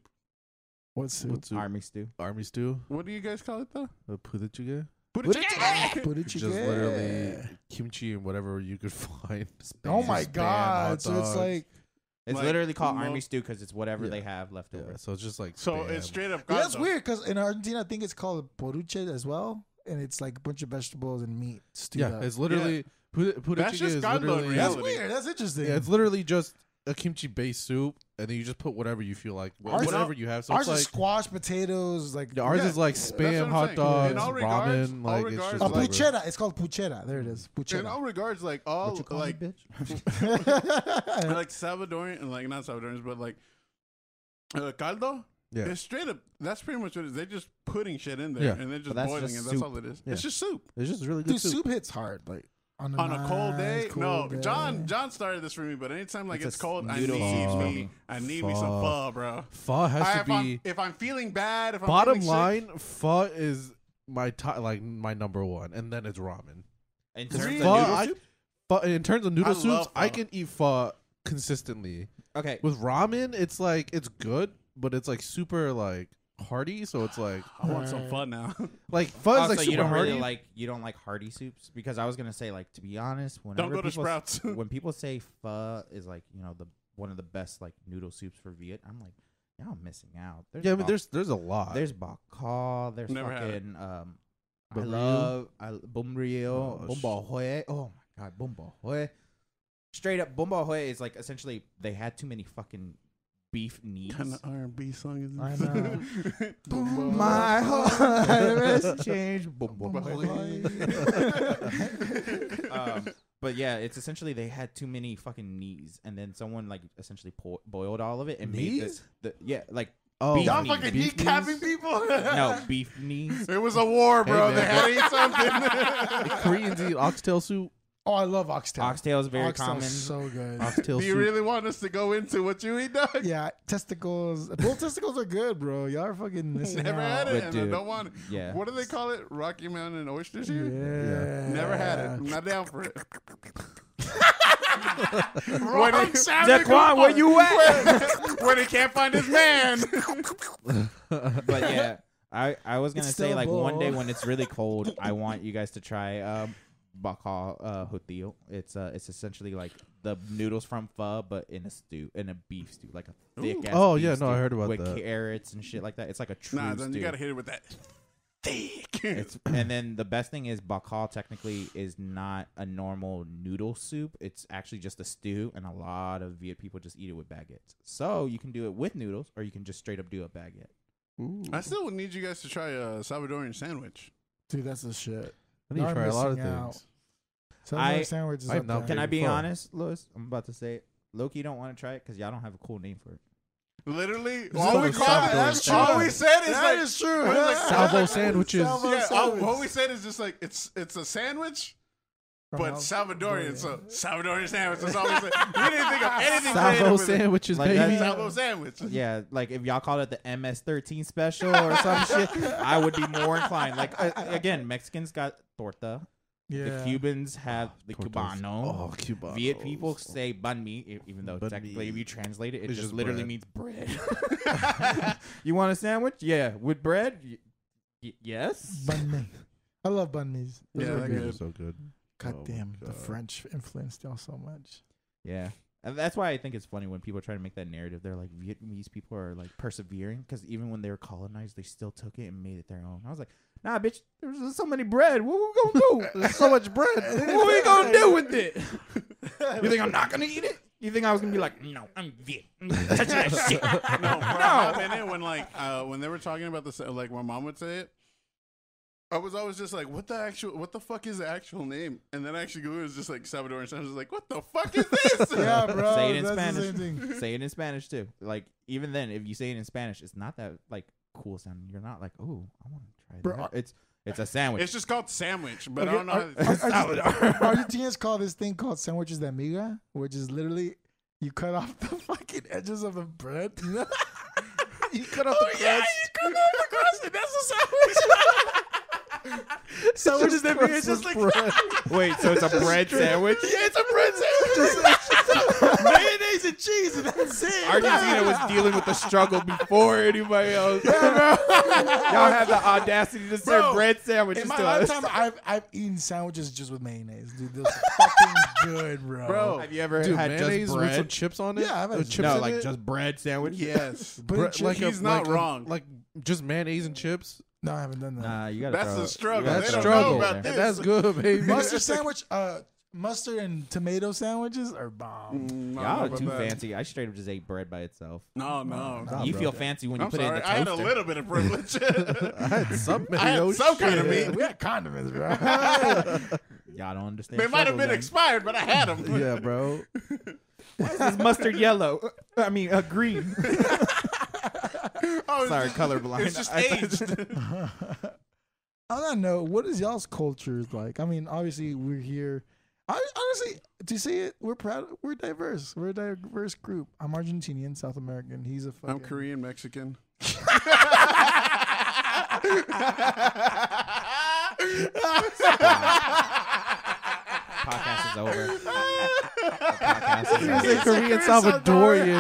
Speaker 1: What's soup?
Speaker 3: What's army?
Speaker 4: Army stew.
Speaker 3: army stew?
Speaker 2: What do you guys call it though?
Speaker 3: The poo that you get?
Speaker 2: Budochige.
Speaker 1: What did you
Speaker 3: Just
Speaker 1: get?
Speaker 3: literally kimchi and whatever you could <laughs> find.
Speaker 1: Oh
Speaker 3: Spam,
Speaker 1: my
Speaker 3: spam,
Speaker 1: god!
Speaker 3: hot
Speaker 1: So it's
Speaker 3: dogs.
Speaker 1: like
Speaker 4: It's
Speaker 2: Like,
Speaker 4: literally called
Speaker 2: mo-
Speaker 4: army stew because it's whatever
Speaker 3: Yeah.
Speaker 4: they have left
Speaker 3: Yeah,
Speaker 4: over.
Speaker 3: so it's just like
Speaker 2: <laughs> So
Speaker 3: spam.
Speaker 2: it's straight up.
Speaker 1: yeah, that's
Speaker 2: gado.
Speaker 1: weird because in Argentina, I think it's called poruche as well, and it's like a bunch of vegetables and meat stewed
Speaker 3: Yeah,
Speaker 1: up.
Speaker 3: it's literally put put
Speaker 2: That's just
Speaker 3: is
Speaker 2: gado in
Speaker 3: literally
Speaker 1: that's
Speaker 2: reality.
Speaker 1: weird. That's interesting.
Speaker 3: yeah, it's literally just a kimchi based soup, and then you just put whatever you feel like,
Speaker 1: Ours-
Speaker 3: whatever you have. So
Speaker 1: Ours
Speaker 3: it's
Speaker 1: is
Speaker 3: like
Speaker 1: squash, potatoes, like
Speaker 3: Yeah, ours
Speaker 2: Yeah,
Speaker 3: is like
Speaker 2: that's what
Speaker 3: spam,
Speaker 2: I'm
Speaker 3: hot
Speaker 2: saying.
Speaker 3: dogs,
Speaker 2: In all regards-
Speaker 3: ramen.
Speaker 2: all
Speaker 3: Like it's
Speaker 2: regards,
Speaker 3: just
Speaker 1: a
Speaker 2: like-
Speaker 3: whatever.
Speaker 1: Oh, puchera. It's called puchera. There it is.
Speaker 2: In all
Speaker 1: <laughs> Puchera.
Speaker 2: regards, like all like
Speaker 4: me, bitch?
Speaker 2: like Salvadorian and like not Salvadorians, but like uh, caldo.
Speaker 3: Yeah.
Speaker 2: It's straight up. That's pretty much what it is. They're just putting shit in there
Speaker 3: Yeah.
Speaker 2: and they're just
Speaker 4: that's
Speaker 2: boiling
Speaker 4: just
Speaker 2: it. That's
Speaker 4: soup.
Speaker 2: all it is.
Speaker 3: Yeah.
Speaker 2: It's just soup
Speaker 3: It's just really good
Speaker 1: Dude,
Speaker 3: soup.
Speaker 1: soup hits hard. Like on a,
Speaker 2: on a cold
Speaker 1: nice
Speaker 2: day. no,
Speaker 1: cold
Speaker 2: John.
Speaker 1: day.
Speaker 2: John started this for me, but anytime like
Speaker 4: It's a
Speaker 2: it's, cold, I need
Speaker 4: noodle soup for
Speaker 2: me.
Speaker 4: me.
Speaker 2: I need me some pho,
Speaker 3: Fuck.
Speaker 2: bro.
Speaker 3: Pho has
Speaker 2: I,
Speaker 3: to
Speaker 2: if, I'm,
Speaker 3: be
Speaker 2: if I'm feeling bad, if I'm
Speaker 3: bottom
Speaker 2: feeling
Speaker 3: line. Pho is my top, like my number one, and then it's ramen.
Speaker 4: In
Speaker 2: Cause
Speaker 4: terms
Speaker 2: we- The
Speaker 4: of
Speaker 3: Pho,
Speaker 2: noodle
Speaker 3: I-
Speaker 2: soup?
Speaker 3: pho- in terms of noodle
Speaker 2: I love
Speaker 3: soups, I
Speaker 2: pho.
Speaker 3: can eat pho consistently.
Speaker 4: okay,
Speaker 3: With ramen, it's like it's good, but it's like super like hearty. So it's like
Speaker 2: sick, I want some fun now. <laughs>
Speaker 3: like pho is
Speaker 2: Oh,
Speaker 4: also
Speaker 3: Oh, like super
Speaker 4: you don't
Speaker 3: hearty.
Speaker 4: really like you don't like hearty soups because I was gonna say like to be honest, whenever
Speaker 2: Don't go to
Speaker 4: people,
Speaker 2: Sprouts. <laughs>
Speaker 4: when people say pho is like you know the one of the best like noodle soups for Viet, I'm like y'all missing out. There's
Speaker 3: yeah, I mean,
Speaker 4: bak-
Speaker 3: there's there's a lot.
Speaker 4: there's bak kwa, there's
Speaker 2: Never had it.
Speaker 4: fucking um. I
Speaker 3: Bum ryu?
Speaker 4: love I, bum rio,
Speaker 3: Oh,
Speaker 4: bum
Speaker 3: sh-
Speaker 4: bao hui. Oh my god, bum bao hui. Straight up, bum bao hui is like essentially they had too many fucking beef knees.
Speaker 2: kind of R&B song is <laughs>
Speaker 1: I
Speaker 2: this?
Speaker 1: know.
Speaker 4: My <laughs> heart has changed. Boom, boom,
Speaker 3: <laughs>
Speaker 4: um, <laughs> but yeah, it's essentially they had too many fucking knees, and then someone like essentially po- boiled all of it and made
Speaker 3: Knees?
Speaker 4: the, the yeah like
Speaker 3: oh,
Speaker 4: beef
Speaker 2: Y'all
Speaker 4: knees.
Speaker 2: fucking
Speaker 3: Beef
Speaker 2: kneecapping people? <laughs>
Speaker 4: no beef knees.
Speaker 2: It was a war,
Speaker 3: Hey,
Speaker 2: bro.
Speaker 3: man.
Speaker 2: they had to eat something.
Speaker 3: Koreans eat oxtail <laughs> soup.
Speaker 1: Oh, I love oxtail.
Speaker 4: Oxtail is very
Speaker 1: Oxtail's
Speaker 4: common.
Speaker 1: So good.
Speaker 3: Oxtail
Speaker 2: <laughs> Do you
Speaker 3: soup.
Speaker 2: really want us to go into what you eat, dog?
Speaker 1: yeah, testicles. Bull testicles are good, bro. Y'all are
Speaker 2: <laughs>
Speaker 1: fucking missing
Speaker 2: <laughs> Never
Speaker 1: out.
Speaker 2: had it,
Speaker 4: But
Speaker 2: and
Speaker 4: dude,
Speaker 2: I don't want it.
Speaker 4: yeah.
Speaker 2: What do they call it? Rocky Mountain oysters
Speaker 1: Yeah.
Speaker 2: here? Never had it. I'm not down
Speaker 1: <laughs>
Speaker 2: for it. when he, Ah,
Speaker 4: Daquan, where you
Speaker 2: <laughs>
Speaker 4: at?
Speaker 2: when he can't find his man.
Speaker 4: <laughs> but
Speaker 2: <laughs>
Speaker 4: yeah, I I was gonna
Speaker 1: It's
Speaker 4: say
Speaker 1: still a
Speaker 4: like one day
Speaker 1: bull.
Speaker 4: when it's really cold,
Speaker 3: <laughs>
Speaker 4: I want you guys to try um bakal uh hotil. It's uh it's essentially like the noodles from pho, but in a stew, in a beef stew, like a thick. Ass
Speaker 3: Oh,
Speaker 4: beef
Speaker 3: yeah, no, I
Speaker 4: stew
Speaker 3: heard about
Speaker 4: with
Speaker 3: that.
Speaker 4: carrots and shit like that. It's like a true
Speaker 2: nah, then
Speaker 4: stew.
Speaker 2: you gotta hit it with that thick.
Speaker 4: It's, and then the best thing is bakal technically is not a normal noodle soup. It's actually just a stew, and a lot of Viet people just eat it with baguettes. So you can do it with noodles, or you can just straight up do a baguette.
Speaker 2: I still need you guys to try a Salvadorian sandwich.
Speaker 1: Dude, that's the shit.
Speaker 3: I need to
Speaker 1: I'm
Speaker 3: try a lot of
Speaker 1: missing out.
Speaker 3: things.
Speaker 1: Salmon
Speaker 4: I-
Speaker 1: sandwich is
Speaker 3: I've
Speaker 1: up
Speaker 3: not
Speaker 1: there.
Speaker 4: Can I be
Speaker 3: Fun.
Speaker 4: honest, Lewis? I'm about to say it. Loki don't want to try it because y'all don't have a cool name for it.
Speaker 2: Literally,
Speaker 3: This is
Speaker 2: all
Speaker 3: called
Speaker 2: we
Speaker 3: a
Speaker 2: called
Speaker 3: Salvadorian
Speaker 2: it,
Speaker 3: That's true.
Speaker 2: all we said is
Speaker 1: That
Speaker 2: like,
Speaker 1: is true.
Speaker 2: we're like-
Speaker 3: Salvo sandwiches.
Speaker 1: <laughs> Salvo
Speaker 2: yeah, all,
Speaker 1: sandwich.
Speaker 2: what we said is just like it's it's a sandwich, but Salvadorian. So Salvadorian sandwich. That's all we said. We didn't think of anything.
Speaker 3: Salvo
Speaker 2: creative with it.
Speaker 3: sandwiches,
Speaker 4: Like,
Speaker 3: baby.
Speaker 4: that's-
Speaker 2: Salvo sandwich.
Speaker 4: Yeah, like if y'all called it the MS13 special or some shit, I would be more inclined. Like uh, again, Mexicans got torta. The
Speaker 1: Yeah.
Speaker 4: Cubans have the
Speaker 3: Tortas.
Speaker 4: cubano.
Speaker 3: Oh, Cubano.
Speaker 4: Viet people say bun mi, e- even though
Speaker 3: Banh
Speaker 4: technically
Speaker 3: mi.
Speaker 4: if you translate it, it
Speaker 3: It's
Speaker 4: just,
Speaker 3: just
Speaker 4: literally
Speaker 3: bread.
Speaker 4: means
Speaker 3: <laughs>
Speaker 4: bread. <laughs> you want a sandwich? Yeah, with bread. Y- y- yes.
Speaker 1: Bun mi. I love bun mis. Those
Speaker 2: Yeah,
Speaker 1: are
Speaker 2: they're
Speaker 1: good.
Speaker 2: good.
Speaker 3: so good.
Speaker 1: God
Speaker 3: Oh my
Speaker 1: damn, the
Speaker 3: God.
Speaker 1: French influenced y'all so much.
Speaker 4: Yeah. And that's why I think it's funny when people try to make that narrative. They're like, Vietnamese people are like persevering because even when they were colonized, they still took it and made it their own. I was like, nah, bitch, there's just so many bread. What we gonna do?
Speaker 3: <laughs> There's so much bread.
Speaker 1: <laughs>
Speaker 4: what we gonna do
Speaker 3: <laughs>
Speaker 4: with it? you think I'm not gonna eat it? You think I was gonna be like, no, I'm
Speaker 3: <laughs>
Speaker 4: Viet. I'm not touching that shit.
Speaker 2: No, bro,
Speaker 4: No.
Speaker 2: in it when like uh, when they were talking about this, uh, like my mom would say it. I was always just like, "What the actual? What the fuck is the actual name?" And then I actually Google was just like Salvador, and I was just like, "What the fuck is this?"
Speaker 1: <laughs> Yeah, bro.
Speaker 4: Say it in
Speaker 1: that's the
Speaker 4: Spanish.
Speaker 1: same
Speaker 4: <laughs>
Speaker 1: thing.
Speaker 4: say it in Spanish too. Like even then, if you say it in Spanish, it's not that like cool sounding. You're not like, oh, I want to try
Speaker 2: uh,
Speaker 1: Bro,
Speaker 4: that. It's it's a sandwich.
Speaker 2: It's just called sandwich, but I
Speaker 1: Okay,
Speaker 2: don't know.
Speaker 1: Ar-
Speaker 2: how
Speaker 1: Ar- Argent- Argentinians call this thing called sandwiches de miga, which is literally you cut off the <laughs> fucking edges of the bread. <laughs> you cut off the
Speaker 3: Oh,
Speaker 1: crust. Yeah, you cut off the crust, and that's a sandwich. sandwiches de miga is
Speaker 4: <laughs>
Speaker 1: just like
Speaker 4: Wait, so it's a bread sandwich?
Speaker 1: yeah, it's a bread sandwich. <laughs> Mayonnaise and cheese, and that's it. <laughs>
Speaker 4: Argentina was dealing with the struggle before anybody else. <laughs> Y'all had the audacity to serve
Speaker 1: Bro,
Speaker 4: bread sandwiches
Speaker 1: In
Speaker 4: to
Speaker 1: my
Speaker 4: us.
Speaker 1: lifetime, I've I've eaten sandwiches just with mayonnaise, dude. Those fucking
Speaker 3: <laughs>
Speaker 1: good, bro.
Speaker 2: Bro,
Speaker 4: Have you ever
Speaker 3: Dude,
Speaker 4: had
Speaker 3: mayonnaise
Speaker 4: just
Speaker 3: with some
Speaker 4: bread?
Speaker 3: chips on it.
Speaker 1: Yeah, I've had
Speaker 3: With
Speaker 1: some-
Speaker 3: chips
Speaker 4: No,
Speaker 3: in
Speaker 4: like
Speaker 3: it?
Speaker 4: just bread sandwich.
Speaker 2: yes,
Speaker 1: Put in
Speaker 3: Bre-
Speaker 1: chips.
Speaker 3: like a-
Speaker 2: He's not
Speaker 3: like a-
Speaker 2: wrong.
Speaker 3: like just mayonnaise and chips.
Speaker 1: no, I haven't done that.
Speaker 4: Nah, you gotta.
Speaker 2: That's
Speaker 4: throw-
Speaker 2: the struggle.
Speaker 4: you gotta
Speaker 2: They
Speaker 3: That's
Speaker 2: don't
Speaker 4: throw it
Speaker 2: know
Speaker 3: struggle.
Speaker 4: in
Speaker 2: about
Speaker 4: there.
Speaker 2: this.
Speaker 3: That's good, <laughs> baby.
Speaker 1: mustard sandwich, uh, mustard and tomato sandwiches are bomb.
Speaker 2: Mm, I don't know
Speaker 4: Y'all are
Speaker 2: about
Speaker 4: too
Speaker 2: that.
Speaker 4: fancy. I straight up just ate bread by itself.
Speaker 2: No, no.
Speaker 1: Nah,
Speaker 4: you
Speaker 1: bro.
Speaker 4: feel fancy when you
Speaker 2: I'm
Speaker 4: put
Speaker 2: sorry.
Speaker 4: it in the
Speaker 2: I had
Speaker 4: toaster.
Speaker 2: a little bit of
Speaker 4: <laughs>
Speaker 2: privilege.
Speaker 3: I had some.
Speaker 2: <laughs> I had
Speaker 3: mayo
Speaker 2: some kind of
Speaker 3: shit.
Speaker 2: meat.
Speaker 1: we had condiments,
Speaker 3: <laughs>
Speaker 1: bro.
Speaker 4: Y'all don't understand.
Speaker 2: they might have
Speaker 4: struggle
Speaker 2: been
Speaker 4: then.
Speaker 2: expired, but I had them.
Speaker 4: <laughs>
Speaker 3: Yeah, <laughs> bro.
Speaker 4: It's mustard yellow. I mean, uh, <laughs> green.
Speaker 2: <laughs> Oh, it's
Speaker 4: Sorry,
Speaker 2: just-
Speaker 4: colorblind.
Speaker 2: It's just
Speaker 4: I thought-
Speaker 2: aged.
Speaker 4: <laughs>
Speaker 1: I don't know. What is y'all's culture like? I mean, obviously we're here. I honestly, to say it, we're proud. We're diverse. We're a diverse group. I'm Argentinian, South American. He's a fucking.
Speaker 2: I'm
Speaker 1: <laughs>
Speaker 2: Korean <laughs> Mexican.
Speaker 4: podcast is <laughs> over. The podcast
Speaker 3: He was
Speaker 4: is
Speaker 3: a
Speaker 4: over.
Speaker 3: Korean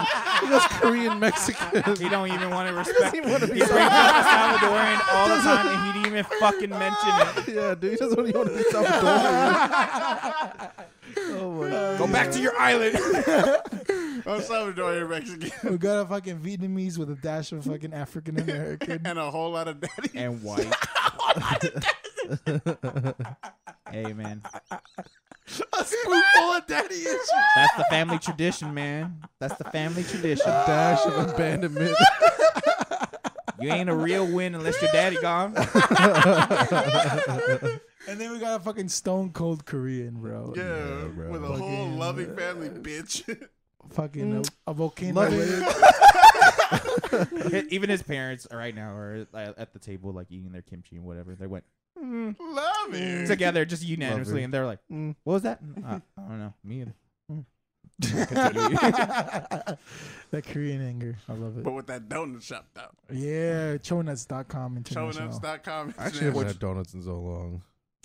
Speaker 3: Salvadorian. He was Korean Mexican. <laughs>
Speaker 4: He don't even want to respect. He
Speaker 3: wanna be <laughs>
Speaker 4: brings up Salvadoran all the time, and he didn't <laughs> even fucking mention it.
Speaker 3: Yeah, dude. He doesn't really want to be Salvadorian. oh my god.
Speaker 4: Go back <laughs> to your
Speaker 2: <laughs>
Speaker 4: island.
Speaker 2: I'm Salvadorian Mexican
Speaker 1: <laughs> We got a fucking Vietnamese with a dash of fucking African
Speaker 3: <laughs>
Speaker 1: American.
Speaker 2: and a whole lot of <laughs> daddy.
Speaker 4: And <laughs> white. hey man,
Speaker 1: a
Speaker 2: <laughs>
Speaker 1: spoonful of daddy issues.
Speaker 4: that's the family tradition, man. That's the family tradition.
Speaker 3: A dash of abandonment.
Speaker 4: You ain't a real win unless your daddy <laughs> gone.
Speaker 1: And then we got a fucking stone cold Korean, bro.
Speaker 2: Yeah,
Speaker 3: bro.
Speaker 2: with a whole
Speaker 1: Fucking-
Speaker 2: loving family, <laughs> bitch.
Speaker 1: Fucking a, a volcano.
Speaker 3: Love it.
Speaker 4: Even his parents right now are at at the table, like eating their kimchi and whatever. They went
Speaker 2: <laughs> loving.
Speaker 4: together, just unanimously, and they're like,
Speaker 3: Mm.
Speaker 4: "What was that?"
Speaker 1: Mm-hmm.
Speaker 4: "Mm, uh, I don't know. Me either.
Speaker 3: <laughs>
Speaker 1: <laughs> that Korean anger. I love it.
Speaker 2: But with that donut shop, though.
Speaker 1: Yeah, chonuts.com international.
Speaker 2: Shownups.com.
Speaker 3: I actually haven't had donuts in so long.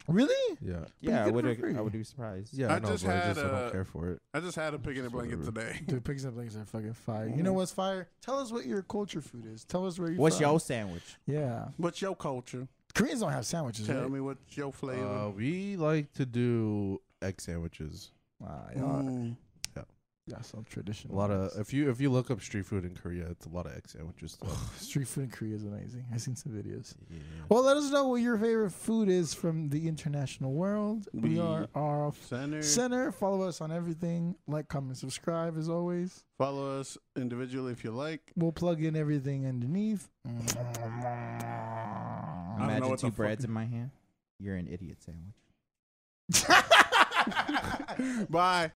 Speaker 1: Really?
Speaker 3: Yeah.
Speaker 4: Yeah, I
Speaker 1: good
Speaker 4: would.
Speaker 1: for
Speaker 4: I
Speaker 1: free.
Speaker 4: would be surprised.
Speaker 3: Yeah,
Speaker 2: I
Speaker 3: no,
Speaker 2: just
Speaker 3: but I
Speaker 2: had,
Speaker 3: just I
Speaker 2: uh,
Speaker 3: don't care for it.
Speaker 2: I just had a pig in a blanket today.
Speaker 1: Dude, pigs and legs are fucking fire. You know what's fire? Tell us what your culture food is. Tell us where you.
Speaker 4: What's
Speaker 1: from.
Speaker 4: your sandwich?
Speaker 1: Yeah,
Speaker 2: <laughs> What's your culture?
Speaker 1: Koreans don't have sandwiches.
Speaker 2: Tell
Speaker 1: right?
Speaker 2: me what's your
Speaker 3: Uh,
Speaker 2: flavor.
Speaker 3: we like to do egg sandwiches.
Speaker 1: Wow, y'all,
Speaker 2: Mm.
Speaker 1: y'all so traditional.
Speaker 3: A lot of if you if you look up street food in Korea, it's a lot of egg sandwiches.
Speaker 2: <sighs>
Speaker 3: Stuff.
Speaker 1: street food in Korea is amazing. I've seen some videos.
Speaker 3: yeah.
Speaker 1: Well, let us know what your favorite food is from the international world. We
Speaker 2: We-
Speaker 1: are our
Speaker 2: Center.
Speaker 1: center. Follow us on everything. Like, comment, subscribe. As always,
Speaker 2: Follow us individually if you like.
Speaker 1: we'll plug in everything underneath. <laughs>
Speaker 2: don't know
Speaker 4: Imagine
Speaker 2: what the
Speaker 4: two
Speaker 2: fuck-
Speaker 4: breads in my hand. You're an idiot sandwich.
Speaker 2: <laughs> Bye.